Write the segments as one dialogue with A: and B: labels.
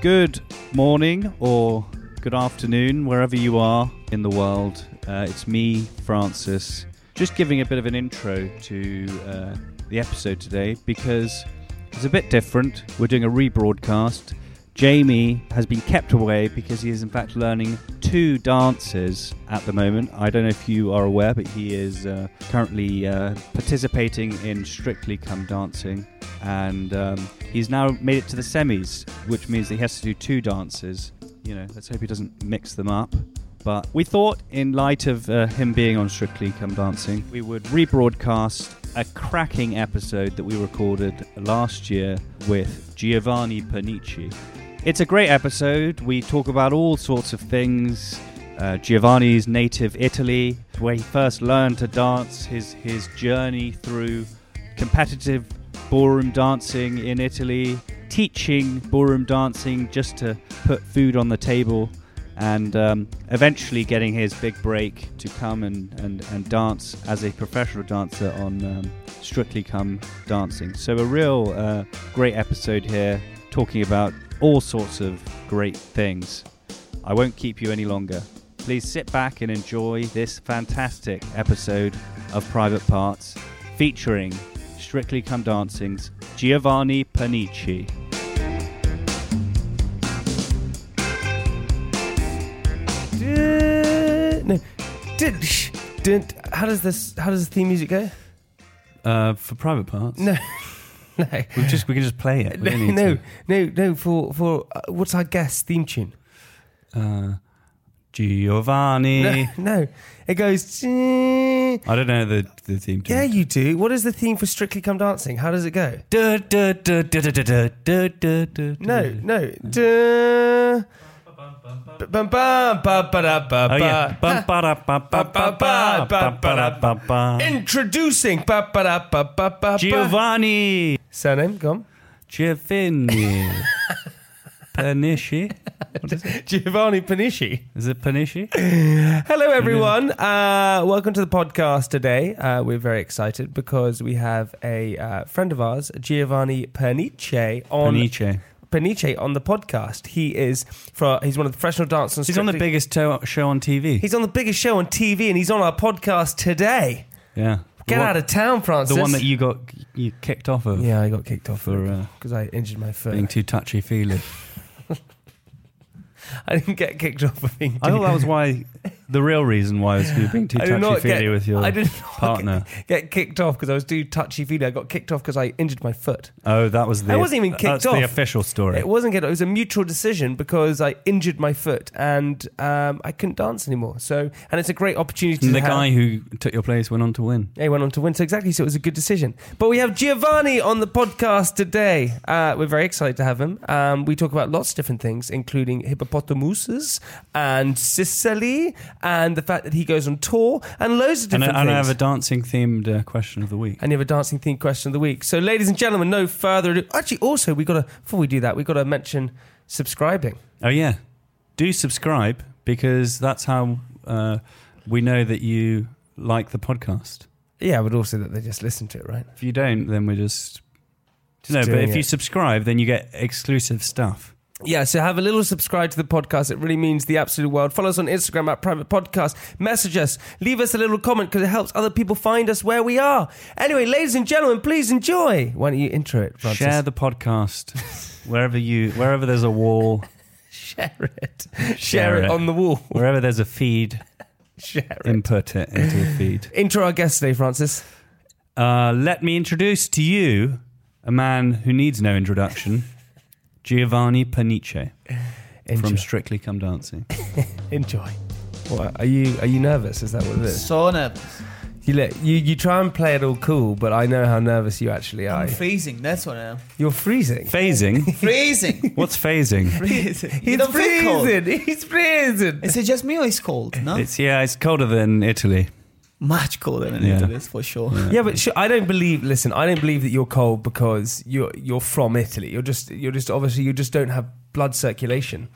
A: Good morning or good afternoon, wherever you are in the world. Uh, it's me, Francis, just giving a bit of an intro to uh, the episode today because it's a bit different. We're doing a rebroadcast. Jamie has been kept away because he is, in fact, learning two dances at the moment. I don't know if you are aware, but he is uh, currently uh, participating in Strictly Come Dancing, and um, he's now made it to the semis, which means that he has to do two dances. You know, let's hope he doesn't mix them up. But we thought, in light of uh, him being on Strictly Come Dancing, we would rebroadcast a cracking episode that we recorded last year with Giovanni Pernici. It's a great episode. We talk about all sorts of things. Uh, Giovanni's native Italy, where he first learned to dance, his his journey through competitive ballroom dancing in Italy, teaching ballroom dancing just to put food on the table, and um, eventually getting his big break to come and, and, and dance as a professional dancer on um, Strictly Come Dancing. So, a real uh, great episode here talking about all sorts of great things. I won't keep you any longer. Please sit back and enjoy this fantastic episode of Private Parts featuring Strictly Come Dancing's Giovanni Panici.
B: Dun- dun- sh- dun- How does this? How does the theme music go?
C: Uh, for private parts,
B: No, no,
C: we just we can just play it. We
B: no,
C: don't need
B: no,
C: to.
B: no, no. For for uh, what's our guest theme tune?
C: Uh, Giovanni.
B: No, no. It goes. "Dun."
C: I don't know the the theme.
B: Yeah,
C: Tune.
B: you do. What is the theme for Strictly Come Dancing? How does it go?
C: Du- du- du- du- du- du- du- du- du- du-
B: No,
C: du-
B: no. Dun. Bum, bum, ba, ba, da, ba,
C: Oh yeah.
B: ba.
C: Bum, ba, da, ba, ba, ba, ba, ba, ba, da, ba, ba.
B: Introducing ba, ba, da, ba, ba, ba, ba.
C: Giovanni.
B: surname. Come,
C: Giovanni. Panishi. What is it?
B: Giovanni Panishi.
C: Is it Panishi?
B: Hello, everyone. Uh, welcome to the podcast today. Uh, we're very excited because we have a uh, friend of ours, Giovanni Pernice, on
C: Paniche.
B: Pernice on the podcast. He is for he's one of the professional dancers.
C: He's on the biggest to- show on TV.
B: He's on the biggest show on TV, and he's on our podcast today.
C: Yeah.
B: Get
C: What-
B: out of town, Francis.
C: the one that you got you kicked off of
B: yeah, I got kicked off
C: for uh,
B: because I injured my foot.
C: being too touchy feely.
B: I didn't get kicked off for being.
C: I thought Oh, that was why the real reason why was you were being too
B: I did
C: touchy
B: not
C: feely
B: get,
C: with your
B: I did not
C: partner.
B: get, get kicked off because I was too touchy feely. I got kicked off because I injured my foot.
C: Oh, that was the
B: I wasn't even kicked
C: that's
B: off.
C: the official story.
B: It wasn't good. It was a mutual decision because I injured my foot and um, I couldn't dance anymore. So, and it's a great opportunity.
C: And
B: to
C: the
B: have.
C: guy who took your place went on to win.
B: Yeah, he went on to win. So exactly, so it was a good decision. But we have Giovanni on the podcast today. Uh, we're very excited to have him. Um, we talk about lots of different things, including hippopotamuses and Sicily, and the fact that he goes on tour and loads of
C: And I,
B: different
C: and I
B: things.
C: have a dancing themed uh, question of the week.
B: and you have a dancing themed question of the week. So, ladies and gentlemen, no further ado. Actually, also we got to before we do that, we got to mention subscribing.
C: Oh yeah, do subscribe because that's how uh, we know that you like the podcast.
B: Yeah, but also that they just listen to it, right?
C: If you don't, then we're just,
B: Just
C: no. But
B: doing
C: if you
B: it.
C: subscribe, then you get exclusive stuff.
B: Yeah, so have a little subscribe to the podcast. It really means the absolute world. Follow us on Instagram at Private Podcast. Message us. Leave us a little comment because it helps other people find us where we are. Anyway, ladies and gentlemen, please enjoy. Why don't you intro it, Francis?
C: Share the podcast wherever you wherever there's a wall,
B: Share it. Share, it.
C: it.
B: on the wall.
C: wherever there's a feed.
B: Share it.
C: input it into your feed.
B: Intro our guest today, Francis.
C: Uh, let me introduce to you a man who needs no introduction, Giovanni Panice.
B: Enjoy.
C: from Strictly Come Dancing.
B: Enjoy. What, are you are you nervous? Is that what it is?
D: So nervous.
B: You let you, you try and play it all cool, but I know how nervous you actually are.
D: I'm freezing. That's what I am.
B: You're freezing.
C: Phasing?
D: Freezing.
C: What's phasing?
D: freezing. You
B: He's
D: don't feel cold.
B: freezing. He's freezing.
D: Is it just me or it's cold? No,
C: It's yeah, it's colder than Italy.
D: much colder than
C: Yeah.
D: it is for sure.
B: Yeah, but sh- I don't believe. Listen, I don't believe that you're cold because you're you're from Italy. You're just you're just obviously you just don't have blood circulation.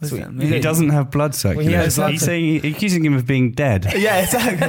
D: What's
B: Sweet.
D: that mean?
C: He doesn't have blood
B: he has
C: circulation.
B: blood
C: He's saying he's accusing him of being dead.
D: Yeah, exactly.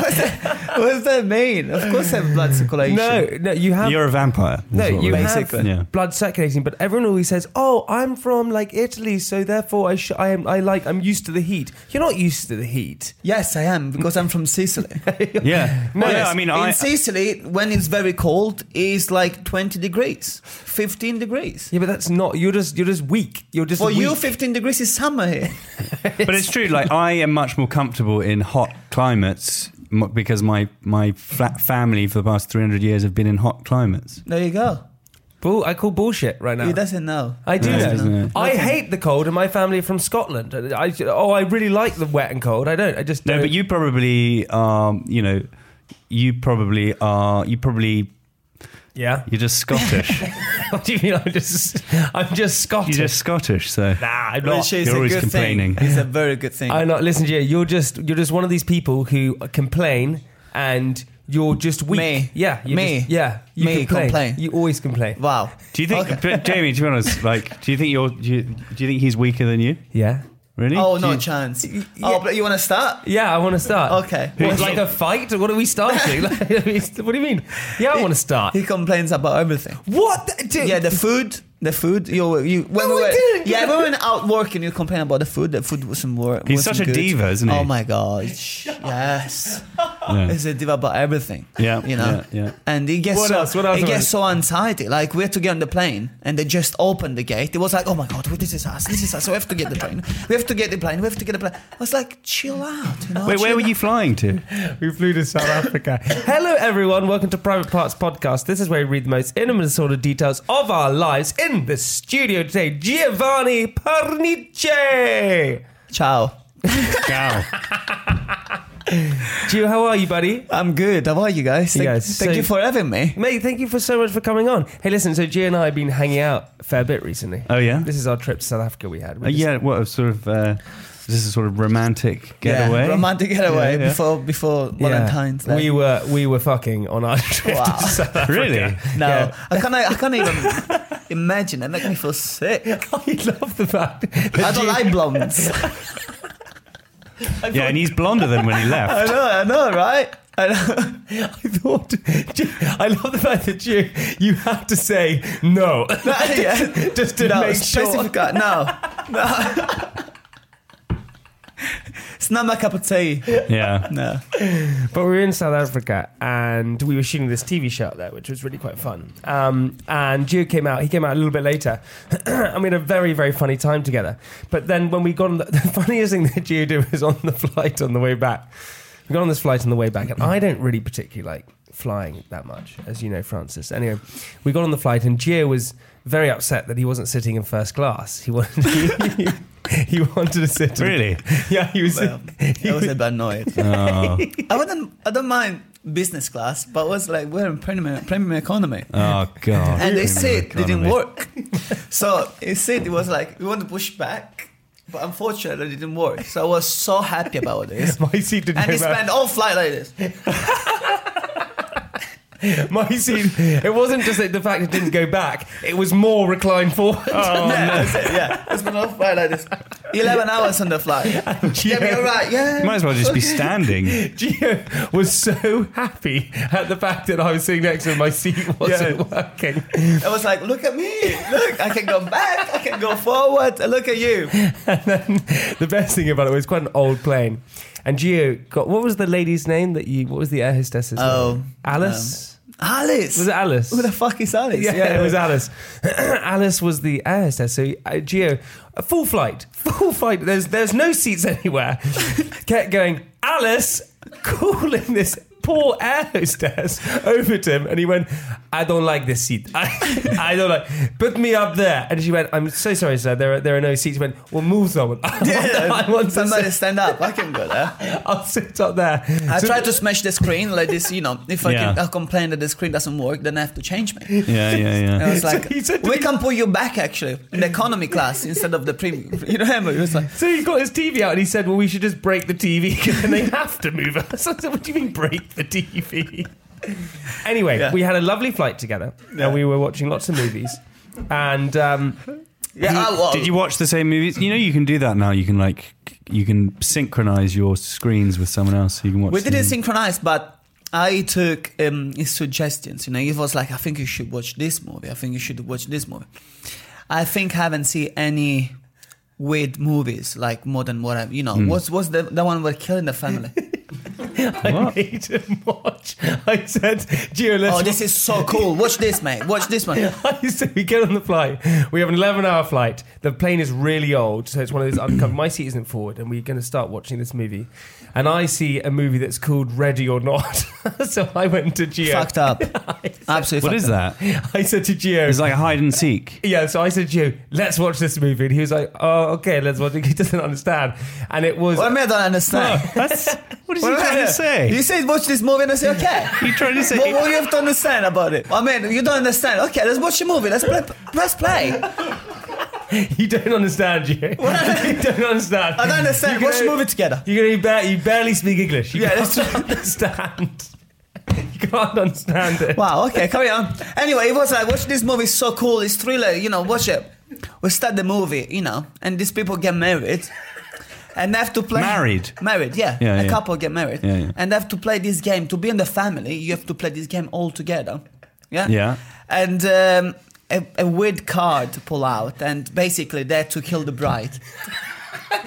D: what's, that, what's that mean? Of course, I have blood circulation.
B: No, no, you have
C: You're a vampire.
B: no,
C: is what
B: you
C: we're-
B: have
D: Basically.
C: Yeah.
B: blood circulating. But everyone always says, "Oh, I'm from like Italy, so therefore I sh- I am I like I'm used to the heat." You're not used to the heat.
D: Yes, I am because I'm from Sicily.
C: Yeah. No,
D: Yes.
C: yeah, I mean,
D: in
C: I,
D: Sicily, when it's very cold, it's like 20 degrees, 15 degrees.
B: Yeah, but that's not. You're just you're just weak. You're just
D: For you,
B: weak.
D: 15 degrees is summer here.
C: but it's true. Like I am much more comfortable in hot climates m- because my my flat family for the past 300 years have been in hot climates.
D: There you go.
B: Bull, I call bullshit right now.
D: He doesn't know.
B: I do
C: Yeah,
B: know.
C: doesn't it?
B: I hate the cold, and my family are from Scotland. And I, oh, I really like the wet and cold. I don't. I just
C: No,
B: don't.
C: but you probably um, you know, you probably are you probably
B: yeah.
C: you're just Scottish.
B: what do you mean? I'm just, I'm just
C: you're
B: Scottish.
C: just Scottish, so
B: nah, I'm not.
D: Which is
C: You're
D: a
C: always
D: good
C: complaining.
D: thing. It's a very good thing.
B: I'm not. Listen, to you. You're just, you're just one of these people who complain, and you're just weak.
D: Me.
B: Yeah. you're
D: Me.
B: just- yeah. You
D: Me,
B: complain.
D: complain.
B: You always complain.
D: Wow.
C: Do you think, but Jamie? To be honest, like, do you think you're? Do you, do you think he's weaker than you?
B: Yeah.
C: Really?
D: Oh,
C: Do
D: no
C: you-
D: chance.
B: yeah.
D: Oh, but you want to start?
B: Yeah, I want to start.
D: Okay.
B: What,
D: Who's
B: like
D: your-
B: a fight? What are we starting? Like, I mean, what do you mean? Yeah, I want to start.
D: He complains about everything.
B: What? Dude,
D: Yeah, the food. The food. You, you, when
B: No,
D: we
B: I
D: were,
B: didn't
D: yeah,
B: get
D: when
B: it.
D: we were out working, you complain about the food. The food wasn't work.
C: He's such a diva, isn't he?
D: Oh my gosh. Yes.
C: Yeah.
D: He's a diva about everything.
C: Yeah,
D: You know?
C: yeah, yeah.
D: And it gets,
B: What
D: so,
B: else? What else
D: it
B: am I-
D: gets so anxiety. Like, we had to get on the plane and they just opened the gate. It was like, oh my God, this is us. This is us. We have to get the plane. We have to get the plane. We have to get the plane. I was like, chill out. You know?
C: Wait, where
D: chill
C: were you flying to?
B: We flew to South Africa. Hello, everyone. Welcome to Private Parts Podcast. This is where we read the most intimate sort of details of our lives. In the studio today, Giovanni Parnice.
D: Ciao.
C: Cow.
B: Gio, how are you, buddy?
D: I'm good. How are you guys? Thank,
B: Yes,
D: thank
B: so-
D: you for having me.
B: Mate, thank you for so much for coming on. Hey, listen, so Gio and I have been hanging out a fair bit recently.
C: Oh, yeah?
B: This is our trip to South Africa we had. We
D: Oh,
C: Uh,
B: just-
C: yeah, what a sort of uh, is this a sort of romantic getaway?
D: Yeah, romantic getaway
C: Yeah, yeah.
D: before before
B: yeah.
D: Valentine's Day.
B: uh, We were we were fucking on our trip
D: Wow.
B: to South Africa.
C: Really?
D: no,
B: Yeah.
D: I can't. I can't even imagine. That makes me feel sick.
B: I love the fact that
D: I don't like blondes.
C: Yeah, and he's blonder than when he
D: I
C: left.
D: know. I know, right? I know.
B: I thought, I love the fact that you you have to say no,
D: yeah.
B: just to
D: no,
B: make sure.
D: specific- No, no. it's not my cup of tea.
C: Yeah.
D: No.
B: But we were in South Africa and we were shooting this TV show out there, which was really quite fun. Um, and Jude came out; he came out a little bit later, and we had a very very funny time together. But then when we got on the, the funniest thing that Jude did was on the flight on the way back. We got on this flight on the way back, and I don't really particularly like flying that much, as you know, Francis. Anyway, we got on the flight, and Gio was very upset that he wasn't sitting in first class. He wanted he, wanted to sit. in-
C: Really?
B: Yeah, he was.
D: Well, I was a bit annoyed.
C: Oh,
D: I wouldn't. I don't mind business class, but it was like we're in premium premium economy.
C: oh god.
D: and they
C: Human
D: said it didn't
C: economy.
D: work. so it said it was like we want to push back, but unfortunately it didn't work. So I was so happy about this.
B: my seat didn't
D: And he
B: come out.
D: spent all flight like this.
B: My seat. It wasn't just that the fact it didn't go back. It was more reclined forward.
D: yeah, that's it, yeah. He spent all flight like this. Eleven hours on the flight. Yeah, we all right. Yeah.
C: You might as well just be standing.
B: Gio was so happy at the fact that I was sitting next to him. My seat wasn't working.
D: I was like, look at me. Look, I can go back. I can go forward. Look at you.
B: And then the best thing about it was quite an old plane. And Gio got what was the lady's name that you? What was the air hostess's
D: Oh,
B: name? Alice.
D: Alice.
B: was it Alice?
D: Who the fuck is Alice?
B: yeah, it was Alice. Alice was the air hostess. So uh, Geo, a full flight, full flight. There's there's no seats anywhere. Kept going. Alice calling this poor air hostess over to him and he went, I don't like this seat. I, I don't like, put me up there. And she went, I'm so sorry, sir. There are, there are no seats. He went, well, move someone. I want, I want to
D: somebody
B: sit,
D: stand up. I can go there.
B: I'll sit up there.
D: I
B: So-
D: try to smash the screen like this. You know, if I,
A: Yeah.
D: can, I complain that the screen doesn't work, then I have to change me.
C: Yeah, yeah,
D: And I
C: yeah.
D: was like,
B: he said to
D: we
B: me-
D: can put you back actually in the economy class instead of the premium. You remember? It was like,
B: So he got his TV out and he said, Well, we should just break the TV and they have to move us. I said, What do you mean, break the TV? Anyway,
D: Yeah.
B: we had a lovely flight together and we were watching lots of movies. And um,
D: yeah, I, Oh, well,
C: Did you watch the same movies? You know, you can do that now. You can like, you can synchronize your screens with someone else. So you can watch.
D: we didn't
C: the-
D: synchronize, but I took um, his suggestions. You know, it was like, I think you should watch this movie. I think you should watch this movie. I think I haven't seen any weird movies like more than what I,
B: Hmm.
D: you know, what's what's the, the one where killing the family?
B: I made him watch. I said, Gio, let's.
D: oh, this is so cool. Watch this, mate. Watch this one.
B: I said, we get on the flight. We have an 11 hour flight. The plane is really old, so it's one of those uncovered. My seat isn't forward, and we're going to start watching this movie. And I see a movie that's called Ready or Not. so I went to Gio.
D: Fucked up. Absolutely.
C: What
D: fucked
C: is
D: up.
C: that?
B: I said to Gio,
C: It's like a hide and seek.
B: Yeah, so I said to you, let's watch this movie. And he was like, oh, okay, let's watch it. He doesn't understand. And it was.
D: What am I don't understand?
C: That's what is
D: What
C: he
D: am I-
C: trying to say?
D: You said watch this movie and I said okay.
C: You trying to say?
D: what, what do you have to understand about it? I mean, you don't understand. Okay, let's watch the movie. Let's play. Let's play.
B: you don't understand, you. you don't understand.
D: I don't understand.
B: You're
D: Watch the
B: gonna-
D: movie together.
B: You're gonna be ba- you barely speak English. You
D: Yeah,
B: can't
D: that's
B: understand. You can't understand it.
D: Wow. Okay, carry on. Anyway, it was like watch this movie. It's so cool. It's thriller. You know, watch it. We start the movie. You know, and these people get married. And they have to play
C: Married?
D: married, yeah.
C: Yeah,
D: a
C: yeah.
D: couple get married,
C: Yeah, yeah.
D: and they have to play this game. To be in the family, you have to play this game all together, yeah.
C: Yeah.
D: and um, a, a weird card pull out, and basically they had to kill the bride.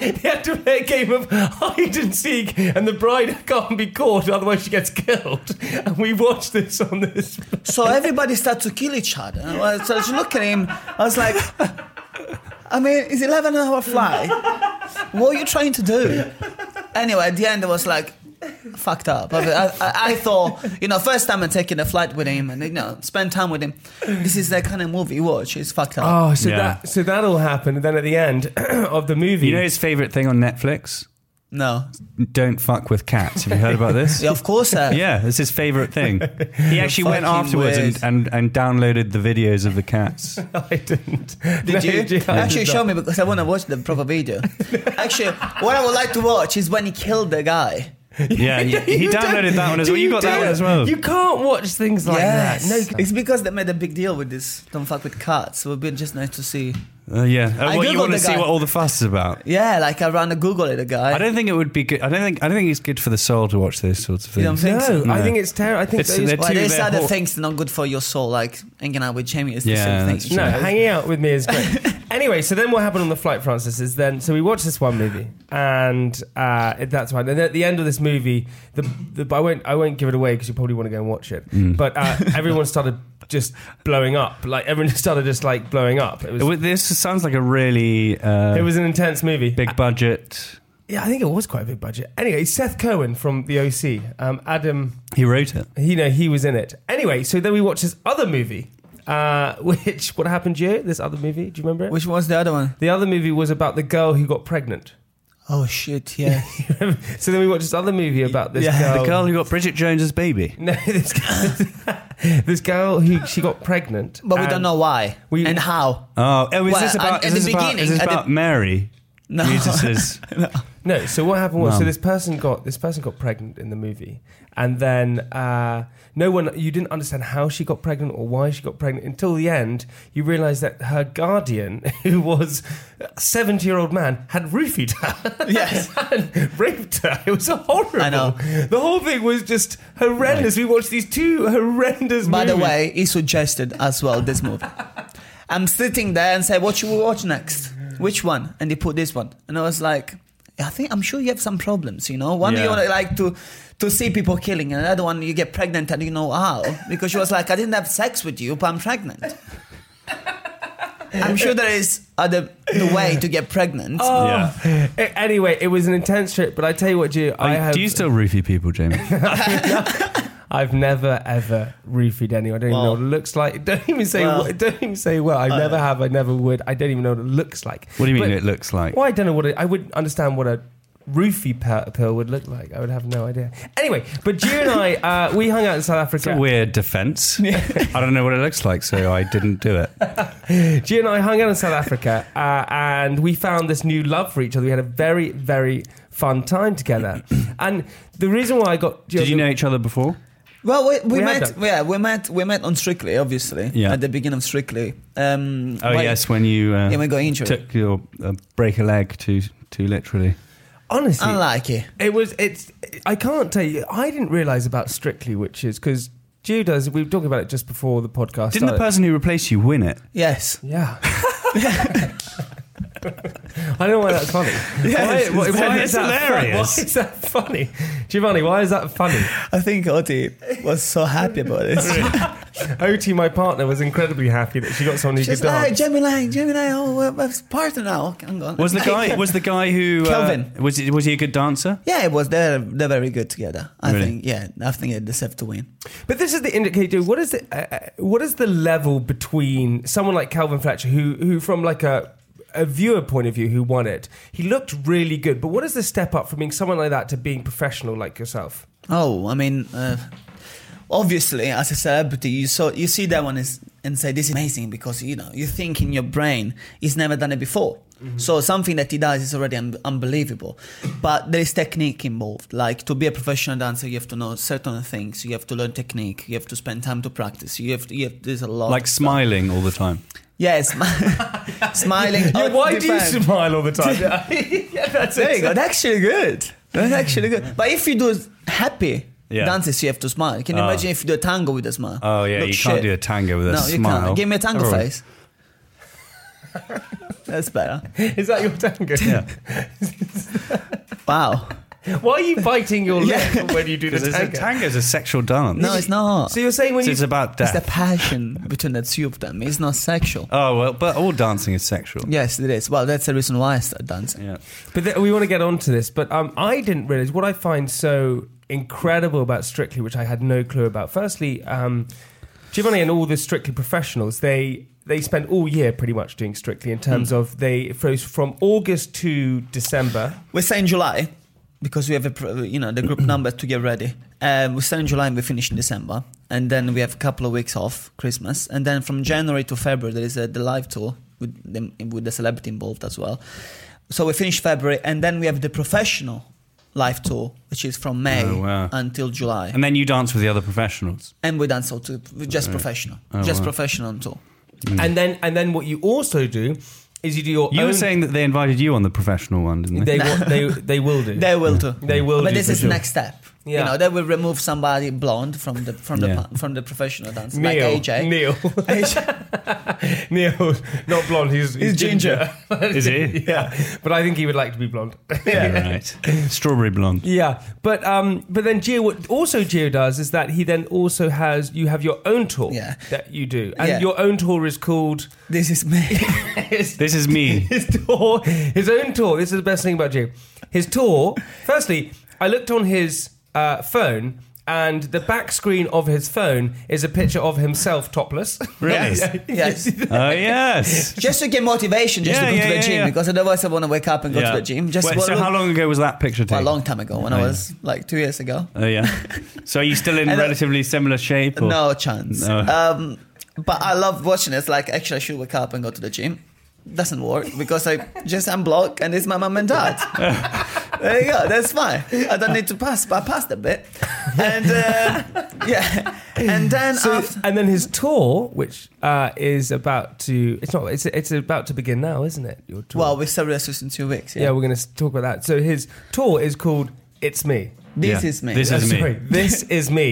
B: They have to play a game of hide and seek, and the bride can't be caught, otherwise she gets killed. And we watched this on this.
D: So everybody started to kill each other. And I was- So I just look at him. I was like, I mean, it's 11 hour flight. What are you trying to do? Anyway, at the end, I was like, fucked up. I, I, I thought, you know, first time I'm taking a flight with him and, you know, spend time with him. This is the kind of movie you watch. It's fucked up.
B: Oh, so
C: Yeah.
B: that so that all happened, and then at the end of the movie,
C: You know his favorite thing on Netflix?
D: No.
C: Don't fuck with cats. Have you heard about this?
D: Yeah, of course. Uh,
C: Yeah, it's his favorite thing. He actually went
D: fucking
C: afterwards and,
D: weird.
C: and, and downloaded the videos of the cats.
B: I didn't.
D: Did
B: No,
D: you?
B: Gio, I
D: Actually,
B: did
D: show
B: not.
D: me because I want to watch the proper video. Actually, what I would like to watch is when he killed the guy.
C: Yeah, he, he
B: You
C: downloaded
B: don't-
C: that one as well. You got that
B: do-
C: one as well.
B: You can't watch things like
D: yes.
B: that. No,
D: it's because they made a big deal with this. Don't fuck with cats. It would be just nice to see.
C: Uh, yeah, uh,
D: I
C: what,
D: googled
C: you want
D: the
C: to see
D: guy.
C: what all the fuss is about.
D: Yeah, like around the Google it, a guy.
C: I don't think it would be good. I don't think I don't think it's good for the soul to watch those sorts of
D: You don't
C: things.
D: think so?
B: no, I
C: No.
B: think it's terrible. I think
C: It's-
B: those,
C: they're
D: Well,
C: too
D: there's
C: bad.
D: other
C: Well-
D: things not good for your soul, like hanging out with Jamie is the
C: Yeah,
D: same
C: that's
D: thing.
C: true.
B: no,
C: Yeah.
B: hanging out with me is great. anyway, so then what happened on the flight, Francis, is then so we watched this one movie, and uh, it- that's fine. And at the end of this movie, the, the I won't I won't give it away because you probably want to go and watch it.
C: Mm.
B: But uh, everyone started just blowing up. Like everyone just started just like blowing up. It was.
C: It wa- This sounds like a really uh,
B: it was an intense movie.
C: big budget.
B: Yeah, I think it was quite a big budget. Anyway, Seth Cohen from The OC, um, Adam
C: He wrote it.
B: He no, he was in it. Anyway, so then we watched this other movie. Uh, which what happened to you? This other movie? Do you remember it?
D: Which was the other one?
B: the other movie was about the girl who got pregnant.
D: Oh shit! Yeah,
B: so then we watched this other movie about this
D: Yeah,
B: girl.
C: The girl who got Bridget Jones's baby.
B: No, this girl, this girl who she got pregnant,
D: but we
B: and-
D: don't know why
B: we-
D: and how.
C: Oh, oh is
D: Well,
C: this
D: at-
C: about?
D: at
C: Is this
D: the
C: about? Is
D: beginning,
C: this
D: at the-
C: about Mary?
D: No.
C: Jesus's
B: No, so what happened was so
C: Mum.
B: this person got this person got pregnant in the movie, and then uh, no one you didn't understand how she got pregnant or why she got pregnant until the end. You realised that her guardian, who was a seventy year old man, had roofied her,
D: Yes.
B: and raped her. It was horrible.
D: I know.
B: The whole thing was just horrendous. We watched these two horrendous.
D: By the
B: movies.
D: way, he suggested as well this movie. I'm sitting there and say, "What should we watch next? Which one?" And he put this one, and I was like, "I think I'm sure you have some problems, you know. One you
C: Yeah.
D: wanna, like to to see people killing, and another one you get pregnant and you know how because she was like, "I didn't have sex with you, but I'm pregnant." I'm sure there is other the way to get pregnant.
C: Oh. Yeah.
B: A- Anyway, it was an intense trip, but I tell you what, Gio, I
C: Like,
B: have,
C: Do you still roofie people, Jamie?
B: I've never ever roofied anyone. I don't even know
D: Well-
B: what it looks like. Don't even say.
D: Well-
B: what, don't even say. Well, I never have. I never would. I don't even know what it looks like.
C: What do you mean
B: But-
C: it looks like?
B: Well, I don't know what it, I would understand what a roofie pe- pill would look like. I would have no idea. Anyway, but Gio and I, uh, we hung out in South
C: It's a
B: Africa.
C: weird defense. I don't know what it looks like, so I didn't do it.
B: Gio and I hung out in South Africa, uh, and we found this new love for each other. We had a very, very fun time together. and the reason why I got Gio
C: Did you know each other before?
D: Well, we,
B: We
D: we,
B: had
D: met.
B: that.
D: Yeah, we met. We met on Strictly, obviously.
C: Yeah.
D: At the beginning of Strictly. Um,
C: Oh
D: why-
C: yes, when you uh,
D: Yeah, we got injured.
C: took your uh, break a leg too too literally.
B: honestly,
D: Unlucky.
B: It was. It's. I can't tell you. I didn't realize about Strictly, which is because does. We were talking about it just before the podcast.
C: Didn't the
B: started.
C: person who replaced you win it?
D: Yes.
B: Yeah. I don't know why that's funny.
D: Yes,
B: why,
D: it's-
C: it's
B: that fu-
C: hilarious.
B: Why is that funny, Giovanni? Why is that funny?
D: I think Oti was so happy about it.
B: Oti, my partner, was incredibly happy that she got someone who
D: She's
B: could
D: like,
B: dance.
D: Jamie Lang, Jamie Lang, oh, we're, we're partner now. Okay, I'm gone.
C: Was the guy was the guy who uh,
D: Kelvin.
C: was he- was he a good dancer?
D: Yeah, it was. They're they're very good together. I
C: Really?
D: think. Yeah, I think they deserve to win.
B: But this is the indicator. What is the uh, uh, what is the level between someone like Calvin Fletcher, who who from like a a viewer point of view who won it, he looked really good. But what is the step up from being someone like that to being professional like yourself?
D: Oh, I mean, uh, obviously, as a celebrity, you saw you see that one is, and say this is amazing because you know you think in your brain he's never done it before.
B: Mm-hmm.
D: So something that he does is already un- unbelievable, but there is technique involved. Like to be a professional dancer, you have to know certain things. You have to learn technique. You have to spend time to practice. You have to. You have, there's a lot.
C: Like smiling all the time.
D: yes, smiling.
B: Yeah,
D: Oh,
B: why do you
D: depends.
B: smile all the time? yeah, that's
D: There
B: it.
D: you go. That's actually good. That's actually good. But if you do happy
C: Yeah. Ah.
D: dances, you have to smile. Can you imagine if you do a tango with a smile?
C: Oh yeah,
D: Look
C: you
D: shit.
C: can't do a tango with a
D: no,
C: smile.
D: you can't. Give me a tango
C: Oh.
D: face. That's better.
B: Is that your tango?
C: Yeah,
D: Wow.
B: Why are you biting your lip
D: Yeah.
B: when you do the
C: because
B: tango?
C: tango's a sexual dance.
D: No, it's not.
B: So you're saying when
C: So
B: you
C: it's about
D: It's
C: death.
D: the passion between the two of them. It's not sexual.
C: oh well, but all dancing is sexual.
D: Yes, it is. Well, that's the reason why I started dancing.
C: Yeah.
B: But th- we want to get onto this. But um, I didn't realize what I find so incredible about Strictly, which I had no clue about. Firstly, um, Giovanni and all the Strictly professionals, they they spend all year pretty much doing Strictly in terms of they froze from August to December.
D: We start in July because we have a pr- you know the group numbers to get ready. Um, we start in July and we finish in December, and then we have a couple of weeks off Christmas, and then from January to February there is a, the live tour with them, with the celebrity involved as well. So we finish February, and then we have the professional live tour, which is from May
C: Oh, wow.
D: until July,
C: And then you dance with the other professionals.
D: and we dance all to just professional,
C: Oh,
D: just
C: wow.
D: professional on tour.
B: And then and then what you also do is you do your
C: You
B: own.
C: were saying that they invited you on the professional one, didn't they?
B: they, wa- they they will do.
D: They will too.
B: They will
D: But
B: do
D: this
B: for
D: is
B: sure.
D: next step.
B: Yeah.
D: You know, they will remove somebody blonde from the from the
C: Yeah.
D: pa- from the professional dance, like
B: Neil,
D: AJ.
B: Neil,
D: AJ.
B: Neil, not blonde. He's, he's,
D: He's ginger.
C: Is he?
B: yeah, but I think he would like to be blonde.
C: Yeah. Right. Strawberry blonde.
B: Yeah, but um, but then Geo. What also Geo does is that he then also has you have your own tour
D: Yeah.
B: that you do, and
D: Yeah.
B: your own tour is called
D: This is me.
B: his,
C: This is me.
B: his tour, his own tour. This is the best thing about Geo. His tour. Firstly, I looked on his uh, phone. And the back screen of his phone is a picture of himself topless.
C: Really?
B: Yeah.
D: Yes.
C: Oh yes.
D: just to get motivation, just
C: Yeah,
D: to go
C: yeah,
D: to the
C: yeah,
D: gym,
C: yeah.
D: because otherwise I want to wake up and go
C: Yeah.
D: to the gym. Just
C: Wait,
D: well,
C: so
D: look-
C: how long ago was that picture
D: well,
C: taken?
D: a long time ago, when I
C: Oh,
D: was like two years ago.
C: Oh yeah. So are you still in
D: And, uh,
C: relatively similar shape? Or?
D: No chance.
C: No.
D: Um, but I love watching it. It's like actually I should wake up and go to the gym. Doesn't work because I just unblock and it's my mum and dad. there you go. That's fine. I don't need to pass, but I passed a bit. And uh, yeah, and then
B: So,
D: after,
B: and then his tour, which uh, is about to, it's not, it's, it's about to begin now, isn't it? Your tour.
D: well, we started this in two weeks.
B: Yeah, we're going to talk about that. So his tour is called It's Me.
D: This
C: Yeah.
D: is me.
C: This
B: Uh,
C: is me.
B: sorry, this is me,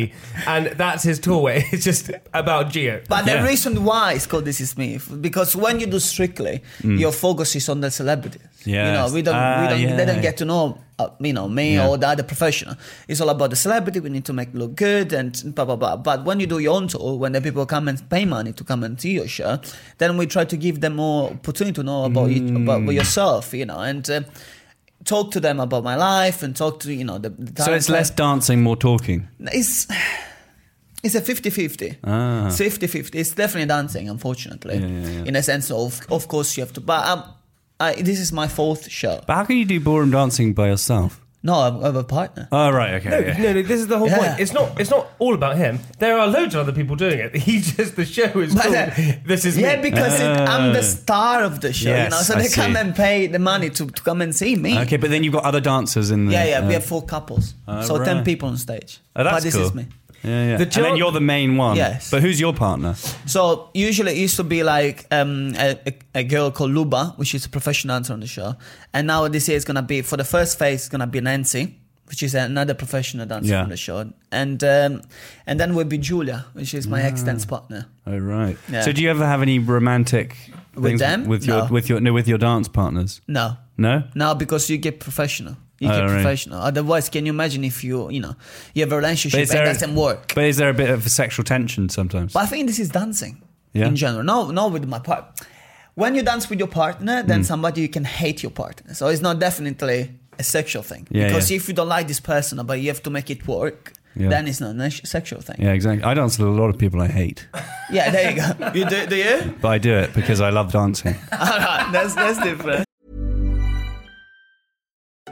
B: and that's his toolway. It's just about Geo.
D: But
C: Yeah.
D: the reason why it's called This Is Me, f- because when you do Strictly, your focus is on the celebrity. You
C: Mm. Yes.
D: know, we don't,
C: Ah,
D: we don't, they
C: yeah.
D: don't get to know, uh, you know, me
C: Yeah.
D: or the other professional. It's all about the celebrity. We need to make it look good and blah blah blah. But when you do your own tour, when the people come and pay money to come and see your show, then we try to give them more opportunity to know about you,
C: Mm.
D: about yourself. You know, and. Uh, Talk to them about my life and talk to you know the. the
C: So it's
D: time-
C: less dancing, more talking.
D: it's it's a 50-50
C: Ah.
D: it's 50-50 it's definitely dancing unfortunately
C: Yeah, yeah, yeah.
D: in a sense of of course you have to but um, I, this is my fourth show
C: But how can you do ballroom dancing by yourself?
D: no I have a partner
C: Oh, right, okay.
B: No,
C: yeah.
B: no, no, this is the whole
D: Yeah.
B: point. It's not. It's not all about him. There are loads of other people doing it. He just the show is.
D: But,
B: Cool.
D: uh,
B: this is
D: yeah
B: me.
D: because it, I'm the star of the show you know
C: Oh, Ah. Yes,
D: so
C: I
D: they come
C: see.
D: and pay the money to, to come and see me
C: Okay, but then you've got other dancers in the.
D: yeah yeah we
C: uh,
D: have four couples so
C: right.
D: 10 people on stage
C: Oh, that's
D: but this
C: cool.
D: is me
C: Yeah, yeah.
B: The
C: and then
B: jo-
C: you're the main one.
D: Yes.
C: But who's your partner?
D: So usually it used to be like um, a, a, a girl called Luba, which is a professional dancer on the show, and now this year it's gonna be for the first phase it's gonna be Nancy, which is another professional dancer
C: Yeah.
D: on the show, and um, and then will be Julia, which is my ex dance partner.
C: Oh, right.
D: Yeah.
C: So do you ever have any romantic
D: With
C: things
D: them?
C: With your
D: No.
C: with your no with your dance partners?
D: No,
C: No.
D: no, because you get professional. You
C: Oh,
D: get
C: right.
D: professional. Otherwise, can you imagine if you you know you have a relationship and it doesn't work?
C: But is there a bit of sexual tension sometimes?
D: But I think this is dancing
C: Yeah.
D: in general. No, no, with my part. When you dance with your partner, then
C: Hmm.
D: somebody you can hate your partner. So it's not definitely a sexual thing.
C: Yeah,
D: because
C: yeah.
D: if you don't like this person, but you have to make it work,
C: Yeah.
D: then it's not a nas- sexual thing.
C: Yeah, exactly. I dance with a lot of people I hate,
D: Yeah, there you go. you do, do you?
C: but I do it because I love dancing.
D: All right, that's that's different.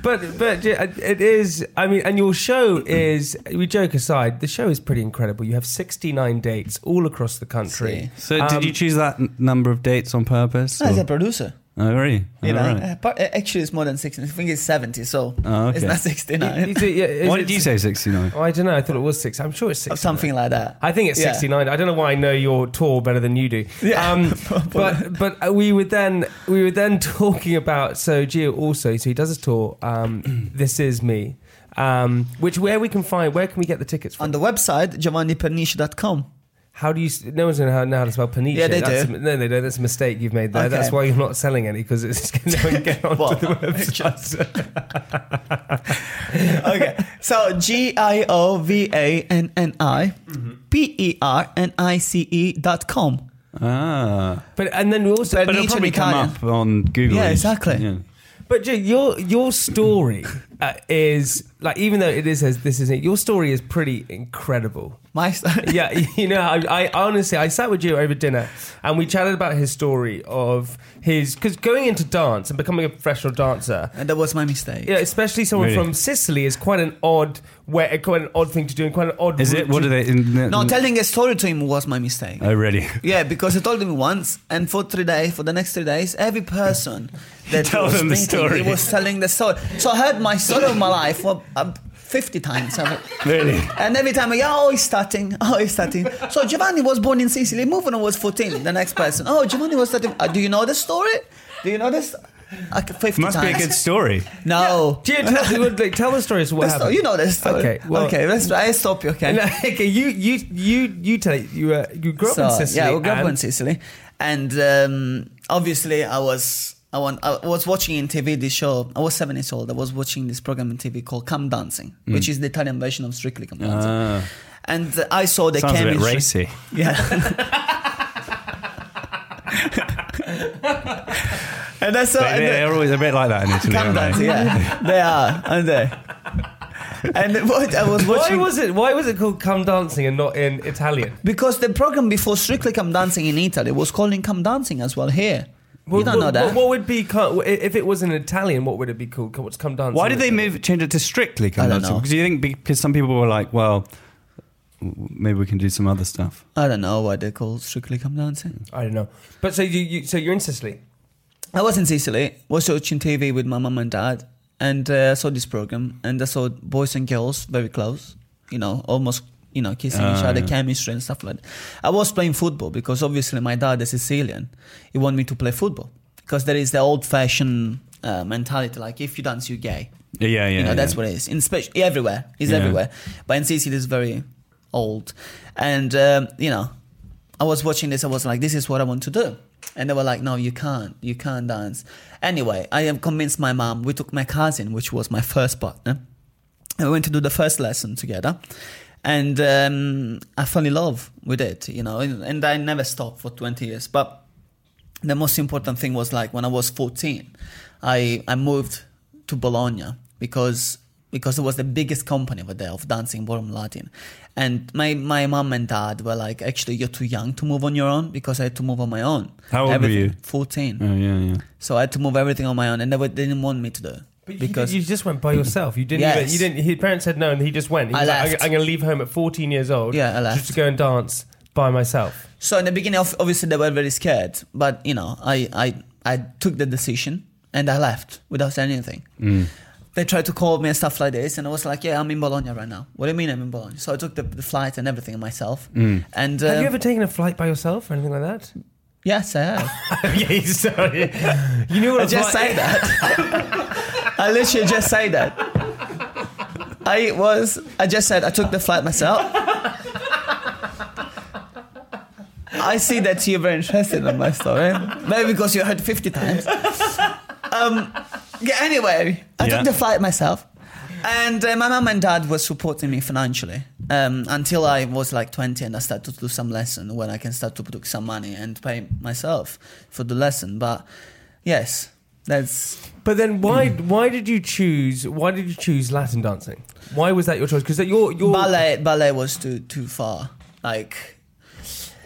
B: But but yeah, uh, it is. I mean, and your show is. We joke aside, the show is pretty incredible. You have sixty nine dates all across the country.
C: So did you choose that n- number of dates on purpose?
D: As
C: or-
D: a producer,
C: oh, really?
D: you
C: All
D: know,
C: right.
D: Uh, part- uh, actually it's more than sixty. I think it's seventy, so
C: Oh,
D: it's
C: okay.
D: not sixty-nine.
B: You do- yeah, is
C: Why
B: it
C: did you
B: s-
C: say sixty-nine?
B: Oh, I don't know. I thought it was six. I'm sure it's
D: or
B: six.
D: something like that.
B: I think it's
D: Yeah.
B: 69. I don't know why I know your tour better than you do. um, but but uh, we were then we were then talking about so Gio also so he does his tour. Um, this is me, um, which where we can find where can we get the tickets from?
D: On the website giovanniperniche.com.
B: How do you? s- No one's going to know how to spell paniche.
D: Yeah, they
B: That's
D: do.
B: a- no, they don't. That's a mistake you've made there.
D: Okay.
B: That's why you're not selling any because it's going to get onto
D: Well,
B: the website.
D: okay. So G I O V A N N I P E R N I C E dot com.
C: Ah,
B: But and then we also. But,
D: But
C: but it'll
D: Nietzsche
C: probably come
D: Italian.
C: up on Google.
D: Yeah,
C: You just-
D: exactly.
C: yeah.
B: but Jay, your your story uh, is like even though it is as this is it. Your story is pretty incredible.
D: My side.
B: yeah, you know, I, I honestly, I sat with you over dinner and we chatted about his story of his because going into dance and becoming a professional dancer.
D: And that was my mistake.
B: Yeah, especially someone
C: Really?
B: from Sicily is quite an odd, way, uh, quite an odd thing to do, and quite an odd.
C: Is
B: route
C: it? What
B: to-
C: are they? In,
D: No, telling a story to him was my mistake.
C: Oh, really?
D: yeah, because I told him once, and for three days, for the next three days, every person that
C: Tell
D: was
C: them the
D: meeting,
C: story.
D: he was telling the story. So I heard my story of my life well, uh, fifty times.
C: Really?
D: And every time, yeah, oh, he's starting, oh, he's starting. So Giovanni was born in Sicily, moved when I was 14. The next person, oh, Giovanni was starting. Uh, do you know the story? Do you know this? Like 50
C: Must be
D: times.
C: a good story.
D: No.
B: Gio, tell, well, like, tell the story. So what
D: The
B: happened?
D: story- you know the story.
B: Okay, well-
D: okay, let's, I stop you, okay?
B: And, uh, okay, you you you you tell it. You uh, you grew up in
D: So,
B: Sicily.
D: Yeah, we grew up
B: and-
D: in Sicily, and um, obviously I was I, want, I was watching in TV this show. I was seven years old. I was watching this program in TV called Come Dancing, which is the Italian version of Strictly Come Dancing.
C: Mm. Ah.
D: And I saw the
C: Sounds a bit
D: chemistry.
C: racy.
D: Yeah. and that's so.
C: They-
D: and the-
C: They're always a bit like that in Italy.
D: Come
C: aren't they?
D: dancing, yeah. they are, aren't they? And what I was
B: Why
D: watching
B: was it? Why was it called "Come Dancing" and not in Italian?
D: because the program before Strictly Come Dancing in Italy was called Come Dancing as well here. you don't know
B: what,
D: that.
B: What would be co- if it was an Italian? What would it be called? What's come down?
C: Why did they move change it to strictly come
D: I
C: down
D: don't
C: to-
D: know.
C: Because you think because some people were like, well, w- maybe we can do some other stuff.
D: I don't know why they call Strictly Come Dancing.
B: I don't know. But so you, you so you're in Sicily.
D: I was in Sicily, was watching TV with my mom and dad, and uh, I saw this program, and I saw boys and girls very close, you know, almost, you know, kissing each
C: Ah,
D: other,
C: yeah.
D: chemistry and stuff like that. I was playing football because obviously my dad is Sicilian. He wanted me to play football because there is the old-fashioned uh, mentality, like if you dance, you're gay.
C: Yeah, yeah,
D: you know,
C: yeah.
D: that's what it is. In spe- everywhere, it's
C: Yeah.
D: everywhere. But in Sicily, it's very old, and um, you know, I was watching this. I was like, this is what I want to do. And they were like, no, you can't, you can't dance. Anyway, I am convinced my mom. We took my cousin, which was my first partner, and we went to do the first lesson together. And um, I fell in love with it, you know, and, and I never stopped for 20 years. But the most important thing was like when I was 14, I, I moved to Bologna because because it was the biggest company over there of dancing ballroom Latin. And my, my mom and dad were like, actually, you're too young to move on your own because I had to move on my own.
C: How old were
D: Everything-
C: you?
D: 14.
C: Oh yeah, yeah.
D: So I had to move everything on my own and they, were, they didn't want me to do.
B: But
D: because
B: you, you just went by yourself. You didn't.
D: Yes.
B: Even, you didn't. His parents said no, and he just went. He
D: I
B: was like,
D: left.
B: I'm, going to leave home at 14 years old.
D: Yeah, I left.
B: Just to go and dance by myself.
D: So in the beginning, of, obviously they were very scared, but you know, I I I took the decision and I left without saying anything. They tried to call me and stuff like this, and I was like, "Yeah, I'm in Bologna right now." What do you mean I'm in Bologna? So I took the, the flight and everything myself. And
B: Have
D: um,
B: you ever taken a flight by yourself or anything like that?
D: Yes, I have.
B: yeah, sorry. You knew what
D: I just say that. I literally just say that. I was. I just said I took the flight myself. I see that you're very interested in my story, maybe because you heard fifty times. Um, yeah, anyway, I
C: Yeah.
D: took the flight myself, and uh, my mom and dad were supporting me financially um, until I was like twenty, and I started to do some lesson when I can start to put some money and pay myself for the lesson. But yes, that's
B: But then why why did you choose why did you choose Latin dancing? Why was that your choice? Because your your
D: ballet ballet was too too far like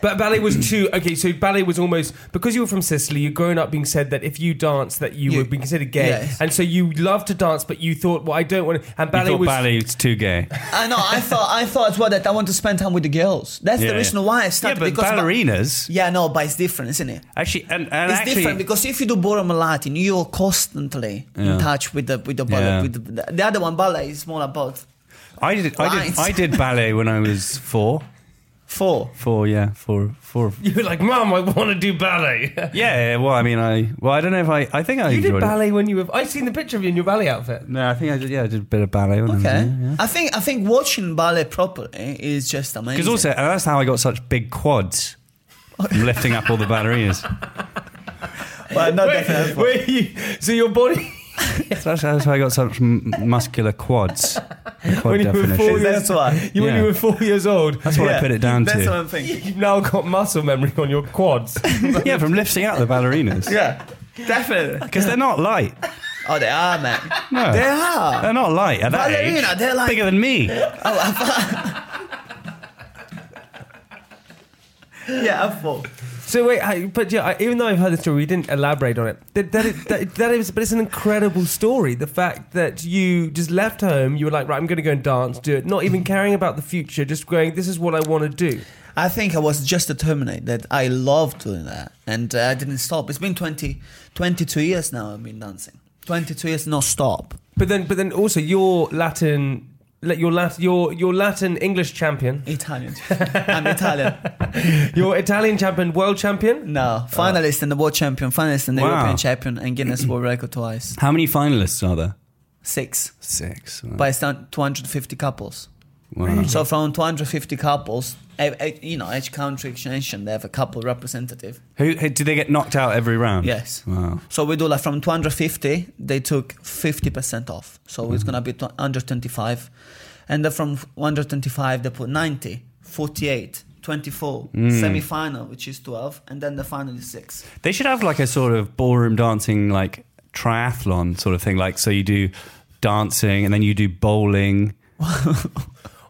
B: But ballet was too okay. So ballet was almost because you were from Sicily. You're growing up being said that if you dance, that you,
D: You-
B: were being considered gay,
D: Yes.
B: and so you loved to dance, but you thought, well, I don't want to. And
C: You
B: ballet
C: thought
B: was
C: ballet's too gay.
D: i know i thought i thought as well that i want to spend time with the girls that's the
C: Yeah,
D: reason
C: yeah.
D: why i
C: Yeah,
D: started
C: but
D: because ba-
C: ballerinas
D: yeah no but it's different isn't it
C: actually, and, and
D: it's
C: actually,
D: different because if you do ballroom Latin, you're constantly in
C: Yeah.
D: touch with the with the ballet.
C: Yeah.
D: With the, the other one ballet is more about
C: I did, I did,
D: Lines.
C: I did ballet when I was four.
D: four.
C: Four, yeah, four, four.
B: You were like, Mom, I want to do ballet.
C: Yeah, yeah, well, I mean, I, well, I don't know if I, I think I
B: you
C: enjoyed
B: did
C: it.
B: ballet when you were. I seen the picture of you in your ballet outfit.
C: No, I think I did. Yeah, I did a bit of ballet. When I
D: Okay,
C: was young, yeah.
D: I think I think watching ballet properly is just amazing.
C: Because also, and that's how I got such big quads. From lifting up all the ballerinas.
D: Well, not
B: Wait,
D: definitely.
B: wait, you- so your body
C: So That's, that's how I got such m- muscular quads. The quad
B: when you were
C: definition.
B: four years
D: That's why.
B: you when
C: Yeah.
B: you were four years old.
C: That's what I
D: Yeah,
C: put it down
D: That's what
C: to.
D: I'm thinking.
B: You've now got muscle memory on your quads.
C: Yeah, from lifting out the ballerinas.
D: Yeah, definitely.
C: Because they're not light.
D: Oh, they are, man.
C: No.
D: They are.
C: They're not light at that
D: Ballerina,
C: age.
D: they're like-
C: bigger than me.
D: Yeah, I thought.
B: So wait, I, but yeah, I, even though I've heard the story, we didn't elaborate on it. That that is, that, that is, but it's an incredible story. The fact that you just left home, you were like, right, I'm going to go and dance, do it, not even caring about the future, just going, this is what I want to do.
D: I think I was just determined that I love doing that and uh, I didn't stop. It's been 20, 22 years now I've been dancing. 22 years non stop.
B: But then, but then also your Latin, like your Lat, your your Latin English champion,
D: Italian. I'm Italian.
B: your Italian champion, world champion.
D: No, finalist and the world champion, finalist and the
C: Uh, Wow.
D: European champion, and Guinness World Record twice.
C: How many finalists are there?
D: Six.
C: Six.
D: But it's done 250 couples.
C: Wow.
D: So from 250 couples, e- e- you know, each country, each nation, they have a couple representative.
C: Who, who do they get knocked out every round?
D: Yes.
C: Wow.
D: So we do like from 250, they took 50% off. So it's going to be 125. And then from 125, they put 90, 48, 24,
C: Mm.
D: semi final, which is 12, and then the final is 6.
C: They should have like a sort of ballroom dancing, like triathlon sort of thing. Like, so you do dancing and then you do bowling.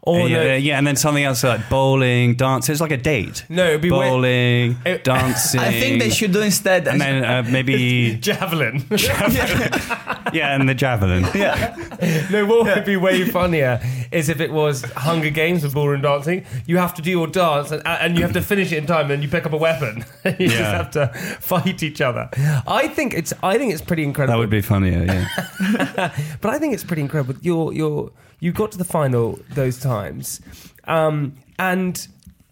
B: Or
C: yeah,
B: Oh, no,
C: yeah, yeah, and then something else like bowling, dance. It's like a date.
B: No, it'd be way-
C: bowling,
B: It-
C: dancing.
D: I think they should do instead.
C: And then uh, maybe
B: javelin.
C: yeah, and the javelin.
B: no, what would be way funnier is if it was Hunger Games with ballroom dancing. You have to do your dance and, and you have to finish it in time, and you pick up a weapon. you just
C: Yeah.
B: have to fight each other. I think it's I think it's pretty incredible.
C: That would be funnier. Yeah.
B: But I think it's pretty incredible. You're you're you got to the final those times, um, and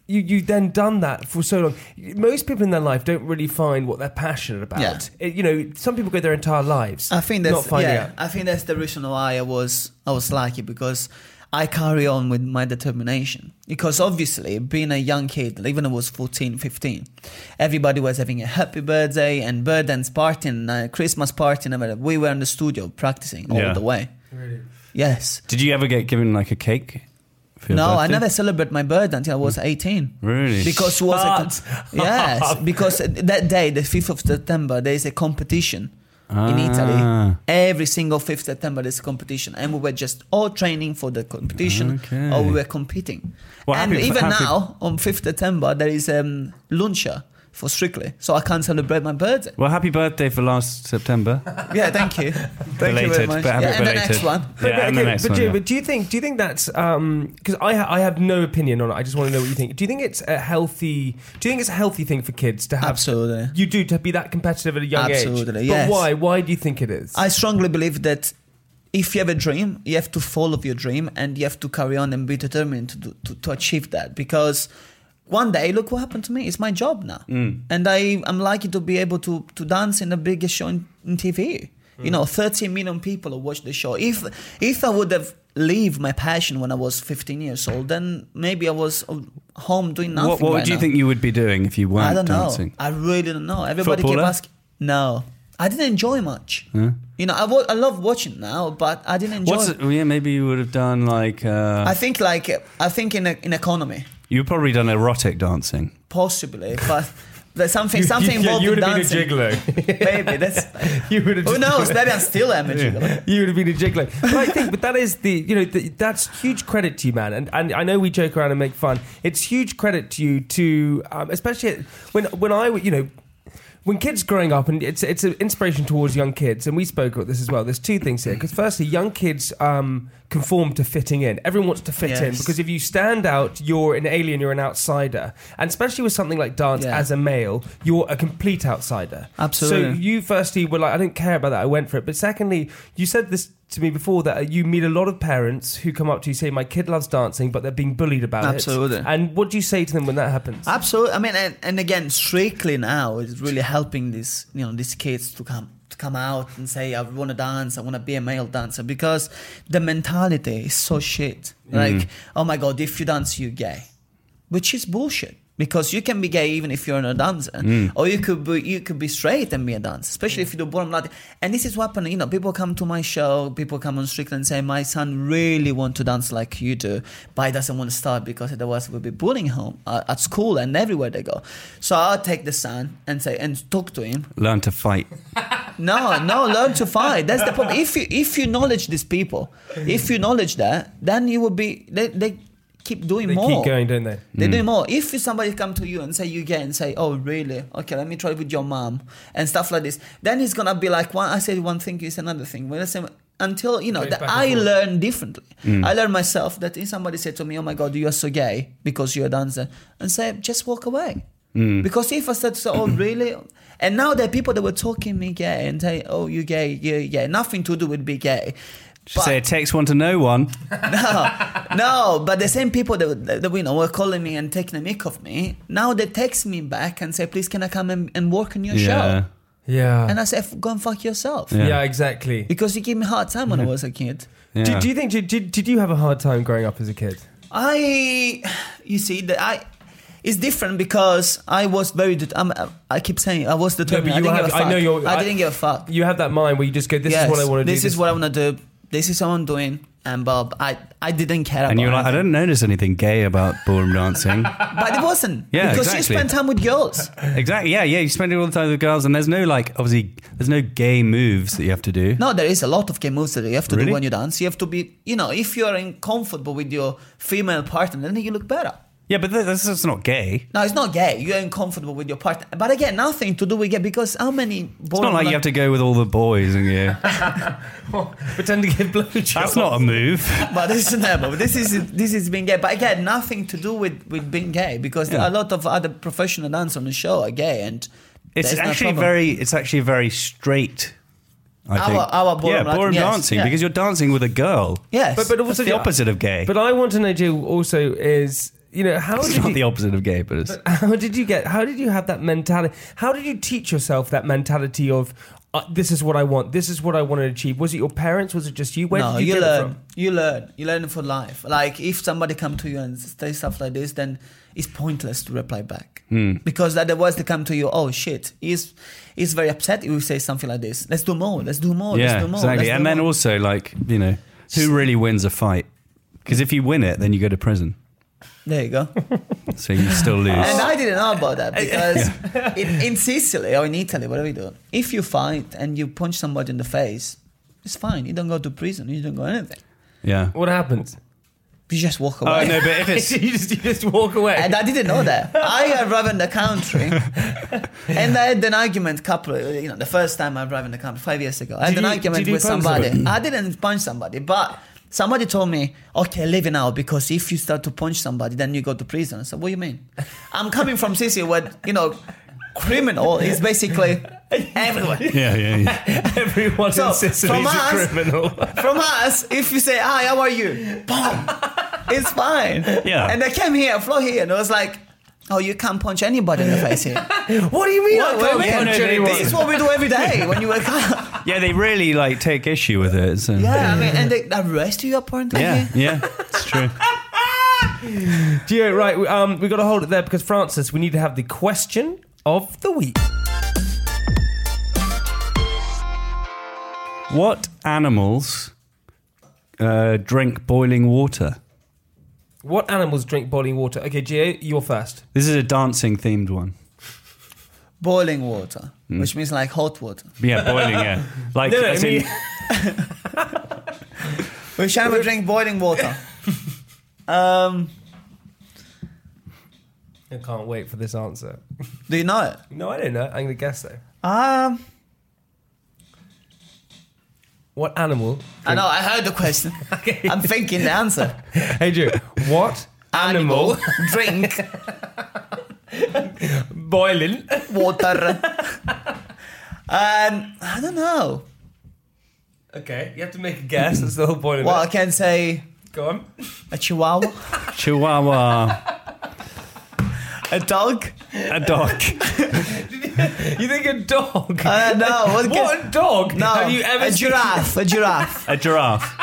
B: you you then done that for so long. Most people in their life don't really find what they're passionate about.
D: Yeah.
B: It- you know, some people go their entire lives.
D: I think that's
B: not finding
D: yeah.
B: out.
D: I think that's the reason why I was I was lucky because I carry on with my determination because obviously being a young kid, like when I was 14, 15, everybody was having a happy birthday and birthday party and uh, Christmas party and everything. We were in the studio practicing all
C: Yeah.
D: the way. Yes.
C: Did you ever get given like a cake? For your
D: No, I
C: birthday?
D: never celebrated my birthday until I was 18.
C: Really?
D: Because it was
B: Shut
D: a, yes,
B: up.
D: because that day, the 5th of September, there is a competition in
C: Ah.
D: Italy. Every single 5th September there's a competition and we were just all training for the competition
C: Okay.
D: or we were competing.
C: Well,
D: and
C: happy-
D: even
C: happy-
D: now on 5th September there is um luncha for Strictly. So I can't celebrate my birthday.
C: Well, happy birthday for last September.
D: Yeah, thank you. Thank you very
C: Belated,
D: much.
C: but happy
D: yeah, and the
C: belated.
D: next one.
C: Yeah, and the
B: okay,
C: next
B: but,
C: one.
B: do,
C: yeah.
B: but do you think do you think that's because I ha- I have no opinion on it. I just want to know what you think. Do you think it's a healthy? Do you think it's a healthy thing for kids to have?
D: Absolutely.
B: You do to be that competitive at a young age.
D: Absolutely,
B: But
D: yes.
B: why? Why do you think it is?
D: I strongly believe that if you have a dream, you have to follow your dream and you have to carry on and be determined to, do, to, to achieve that because one day, look what happened to me. It's my job now.
C: Mm.
D: And I, I'm lucky to be able to, to dance in the biggest show in, in TV.
C: Mm.
D: You know, 13 million people watch the show. If if I would have leave my passion when I was 15 years old, then maybe I was uh, home doing nothing.
C: what what
D: right
C: would you
D: now.
C: think you would be doing if you weren't
D: I don't
C: dancing?
D: know. I really don't know. Everybody kept
C: Footballer?
D: asking. No, I didn't enjoy much. You know, I wa- I love watching now, but I didn't enjoy.
C: What's
D: it.
C: yeah, maybe you would have done like uh,
D: I think like I think in in economy
C: you've probably done erotic dancing.
D: possibly, but there's something
B: You-
D: something
B: you, yeah,
D: involved
B: you
D: in
B: would have
D: dancing.
B: been a jiggler.
D: Maybe that's
B: you would have. just-
D: who knows. Maybe I'm still amateur.
B: You would have been a jiggler. But I think, but that is the, you know, the, that's huge credit to you, man. And, and I know we joke around and make fun. It's huge credit to you to, um, especially when, when I, w- you know, when kids growing up, and it's it's an inspiration towards young kids, and we spoke about this as well. There's two things here because firstly, young kids um, conform to fitting in. Everyone wants to fit in
D: Yes.
B: because if you stand out, you're an alien, you're an outsider, and especially with something like dance
D: Yeah.
B: as a male, you're a complete outsider.
D: Absolutely.
B: So you firstly were like, I don't care about that. I went for it. But secondly, you said this to me before that you meet a lot of parents who come up to you say, "My kid loves dancing, but they're being bullied about it."
D: Absolutely.
B: And what do you say to them when that happens?
D: Absolutely. I mean, and, and again, strictly now is really helping these you know these kids to come to come out and say, I want to dance. I want to be a male dancer because the mentality is so shit. Like, oh my god, if you dance, you're gay, which is bullshit. Because you can be gay even if you're not a dancer,
B: Mm.
D: or you could be you could be straight and be a dancer, especially if you do bottom Latin. And this is what happened. You know, people come to my show, people come on Strickland and say, "My son really want to dance like you do, but he doesn't want to start because otherwise we'll be bullying him uh, at school and everywhere they go." So I'll take the son and say and talk to him.
C: Learn to fight.
D: No, no, learn to fight. That's the problem. If you if you knowledge these people, if you knowledge that, then you will be they, they keep doing
B: They
D: more.
B: keep going, don't they?
D: They do more. If somebody come to you and say you gay and say, "Oh, really? Okay, let me try with your mom and stuff like this," then it's gonna be like one. I said one thing is another thing. When I say until you know
B: Goes
D: that
B: back and
D: I
B: forth.
D: learn differently. I learn myself that if somebody said to me, "Oh my God, you are so gay because you're a dancer," and say, "Just walk away," because if I said, so, "Oh, really?" and now there are people that were talking me gay and say, "Oh, you gay, you gay," nothing to do with be gay.
C: Just say it takes one to know one.
D: No, but the same people that, that, that, you know were calling me and taking a mic of me, now they text me back and say, "Please, can I come and, and work on your
C: Yeah.
D: show?"
B: Yeah.
D: And I say, "F- "Go and fuck yourself,"
C: Yeah.
B: yeah. exactly.
D: because you gave me a hard time when I was a kid.
C: Yeah.
B: Did, do you think did, did, did you have a hard time growing up as a kid?
D: I, you see, that I. It's different because I was very. Det- I'm, I keep saying I was determined.
B: you
D: I didn't
B: have-
D: give a fuck.
B: I know you're-
D: I
B: I-
D: didn't give a fuck.
B: You have that mind where you just go, "This
D: Yes,
B: is what I want to do."
D: This is what I want to do. This is what I'm doing. and Bob. I, I didn't care about
C: And you're like, I don't
D: anything.
C: notice anything gay about ballroom dancing.
D: But it wasn't.
C: Yeah,
D: Because you
C: exactly.
D: spent time with girls.
C: exactly. Yeah, yeah. You spend it all the time with girls, and there's no like, obviously, there's no gay moves that you have to do.
D: No, there is a lot of game moves that you have to
C: Really?
D: do when you dance. You have to be, you know, if you're in comfortable with your female partner, then you look better.
C: Yeah, but th- that's, that's not gay.
D: No, it's not gay. You're uncomfortable with your partner. But again, nothing to do with gay because how many boys.
C: It's not like you have to go with all the boys and you.
B: Pretend to get blowjobs.
C: That's not a move.
D: But this is never. This is this is being gay. But again, nothing to do with, with being gay because
C: Yeah.
D: a lot of other professional dancers on the show are gay and
C: It's
D: there's no
C: actually
D: problem.
C: very. It's actually very straight. I
D: Our-
C: think.
D: our ballroom
C: yeah,
D: dancing,
C: ballroom
D: yes,
C: dancing
D: yeah.
C: because you're dancing with a girl.
D: yes.
B: But, but also
C: It's the opposite of gay.
B: But I want to know, Jill, also is you know how
C: it's
B: did
C: not
B: you,
C: the opposite of gay, but it's.
B: how did you get how did you have that mentality? How did you teach yourself that mentality of uh, this is what I want, this is what I want to achieve? Was it your parents? Was it just you? Where
D: no,
B: did you,
D: you,
B: get
D: learn.
B: it from?
D: You learn. You learn for life. Like if somebody come to you and say stuff like this, then it's pointless to reply back
C: Hmm.
D: because otherwise they come to you. Oh shit, he's he's very upset if you say something like this. Let's do more. Let's do more. let's
C: yeah,
D: do more.
C: exactly.
D: let's do
C: And then
D: more."
C: also, like you know, who really wins a fight? Because if you win it, then you go to prison.
D: there you go.
C: So you still lose.
D: And I didn't know about that because in, in Sicily or in Italy, whatever you do, if you fight and you punch somebody in the face, it's fine. You don't go to prison. You don't go anything.
C: yeah.
B: What happens?
D: You just walk away.
C: Oh no, but if
B: you,
C: it's
B: just, you just walk away.
D: And I didn't know that. I arrived in the country, and I had an argument. Couple, you know, the first time I arrived in the country five years ago, I had
B: Did you-
D: an
B: did
D: argument
B: you
D: with
B: punch
D: somebody. I didn't punch somebody, but somebody told me, "Okay, leave it now because if you start to punch somebody, then you go to prison." I said, "What do you mean?" I'm coming from Sicily, where you know, criminal is basically everyone.
C: yeah, yeah, yeah.
B: Everyone
D: So,
B: in Sicily
D: from
B: is a
D: us-
B: criminal.
D: from us, if you say, hi, how are you? Boom. It's fine.
C: Yeah.
D: And I came here, I flew here, and I was like, oh, you can't punch anybody in the face here.
B: what do you mean? I can't
D: What- what do you mean?
B: punch
C: No, no,
B: anyone?
D: this is what we do every day when you wake up.
C: Yeah, they really like take issue with it. So.
D: Yeah, I mean, and they arrest you apparently.
C: yeah, yeah. It's true.
B: Gio, right, we- um, we got to hold it there because Francis, we need to have the question of the week.
C: What animals uh, drink boiling water?
B: What animals drink boiling water? Okay, Gio, you're first.
C: This is a dancing themed one.
D: Boiling water,
C: Hmm.
D: which means like hot water.
C: Yeah, boiling. Yeah, like
B: No, no,
C: as
B: I
C: in-
B: mean-
D: Which animal drink boiling water? Um,
B: I can't wait for this answer.
D: do you know it?
B: No, I don't know. I'm going to guess though.
D: Um,
B: What animal?
D: I know, I heard the question. I'm thinking the answer.
B: Hey, Gio, what animal
D: drink
B: boiling?
D: water. um, I don't know.
B: Okay, you have to make a guess. That's the whole point of
D: Well, I
B: it.
D: can say
B: Go on.
D: a chihuahua,
C: Chihuahua,
D: a dog.
C: a dog.
B: You think a dog?
D: Uh, no, what, can-
B: what dog
D: No,
B: have you ever
D: a
B: seen?
D: giraffe, a giraffe.
C: A giraffe.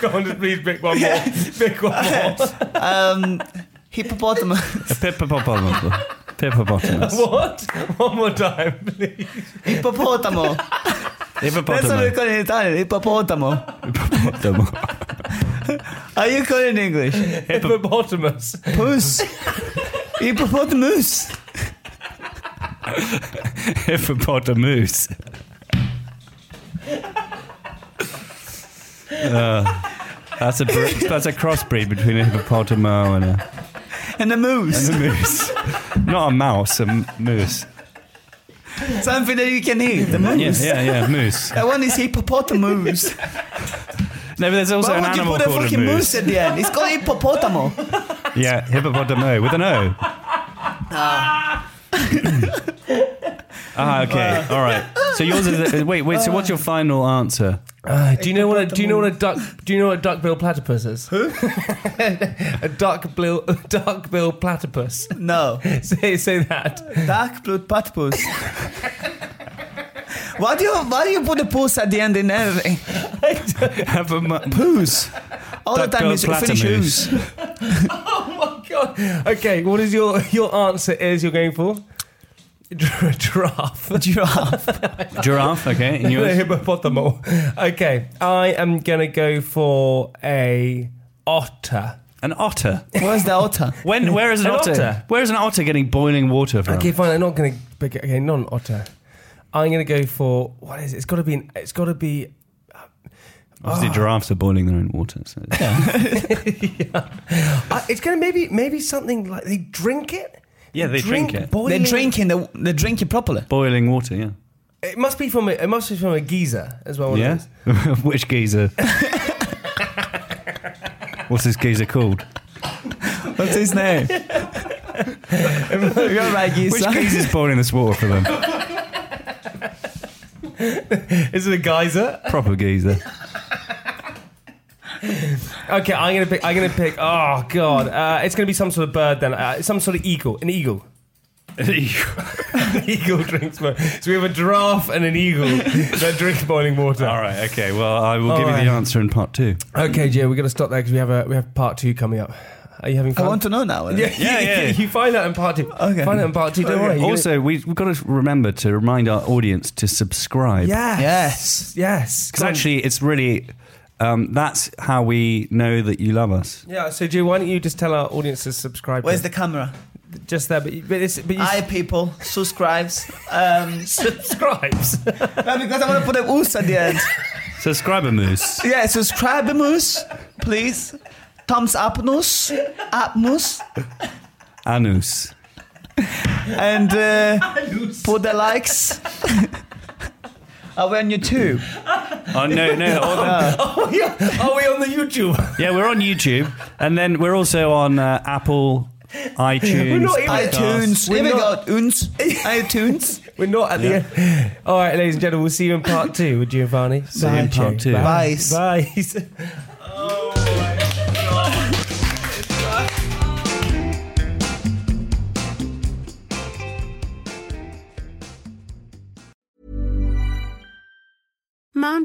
B: Go on, just please pick one more. pick one more.
D: Um, hippopotamus.
C: A hippopotamus. Hippopotamus.
B: what? One more time, please.
D: Hippopotamo. That's what we
C: Hippopotamus.
D: call it in Italian, hippopotamo.
C: Hippopotamus.
D: Are you calling in English?
B: Hippopotamus.
D: Puss. Hippopotamus.
C: Hippopotamus. Uh, that's a br- that's a crossbreed between a hippopotamo and a,
D: And a moose.
C: and a moose. Not a mouse, a m- moose.
D: Something that you can eat, the moose.
C: Yeah, yeah, yeah, moose.
D: That one is hippopotamus.
C: No, but there's also
D: Why
C: an
D: would you
C: animal
D: put a
C: called a
D: fucking moose
C: moose.
D: at the end? It's called hippopotamo.
C: Yeah, hippopotamo with an O. Ah, okay, all right. So yours is a, wait, wait. So what's your final answer?
B: Uh, do you know what? A, do you know what a duck? Do you know what a duckbill platypus is? Who? a duckbill, a duckbill platypus.
D: No.
B: say say that.
D: Dark blue platypus. why do you why do you put the puss at the end in everything?
C: Have a mu- poos.
D: All the
C: uh,
D: time it's Finnish ooze.
B: Oh my god. Okay, what is your your answer? Is you're going for? giraffe.
D: Giraffe.
C: Giraffe, okay. And
B: the
C: yours?
B: hippopotamo. Okay, I am gonna go for a otter.
C: An otter.
D: Where's the otter?
C: When? Where is an,
B: An
C: otter?
B: otter.
C: Where is an otter getting boiling water from?
B: Okay, fine. I'm not gonna pick. it. Okay, not an otter. I'm gonna go for what is it? It's got to be. An, it's got to be.
C: Obviously, giraffes are boiling their own water. So
B: Uh, it's gonna maybe maybe something like they drink it.
C: Yeah, they drink it.
D: They're
B: boiling-
D: drinking. The, they're drinking properly.
C: boiling water, yeah.
B: It must be from a, it must be from a geezer as well. one of
C: Yeah?
B: those.
C: Which geezer? What's this geezer called?
D: What's his name? You're right, you
C: Which
D: son.
C: geezer's boiling this water for them?
B: Is it a geyser?
C: Proper geezer.
B: Okay, I'm gonna pick. I'm gonna pick. Oh god, uh, it's gonna be some sort of bird then. Uh, some sort of eagle. An eagle. eagle drinks boiling. So we have a giraffe and an eagle that drink boiling water.
C: All right, okay. Well, I will
B: All
C: give you
B: right.
C: the answer in part two.
B: Okay, Jay, we're gonna stop there because we have a we have part two coming up. Are you having
D: I
B: fun?
D: want to know now. eh?
B: Yeah,
C: Yeah, yeah.
B: You find out in part two.
D: Okay.
B: Find out in part two. Don't worry. you're
C: Also, we- we've got to remember to remind our audience to subscribe.
B: gonna- yes,
D: Yes.
B: yes.
C: Because actually, it's really um, that's how we know that you love us.
B: Yeah, so Jay, why don't you just tell our audience to subscribe?
D: Where's the
B: to-
D: camera?
B: just there? But you- but, it's, but you
D: Hi, people. Subscribes. Um,
B: subscribes.
D: no, because I want to put a oos at the end.
C: Subscriber moose.
D: Yeah, subscribe moose, please. Thumbs up noose, up moose,
C: Anus.
D: and uh, put the likes. I we're on YouTube.
C: Oh no, no.
B: oh yeah. Are we on the YouTube?
C: yeah, we're on YouTube, and then we're also on uh, Apple, iTunes.
B: We're not even-
C: podcasts.
D: iTunes. Here we go.
B: not-
D: Uns. iTunes.
B: We're not at the end. All right, ladies and gentlemen, we'll see you in part two with Giovanni. See
C: you in part two.
B: Bye.
D: Bye.
B: Bye.
E: Mom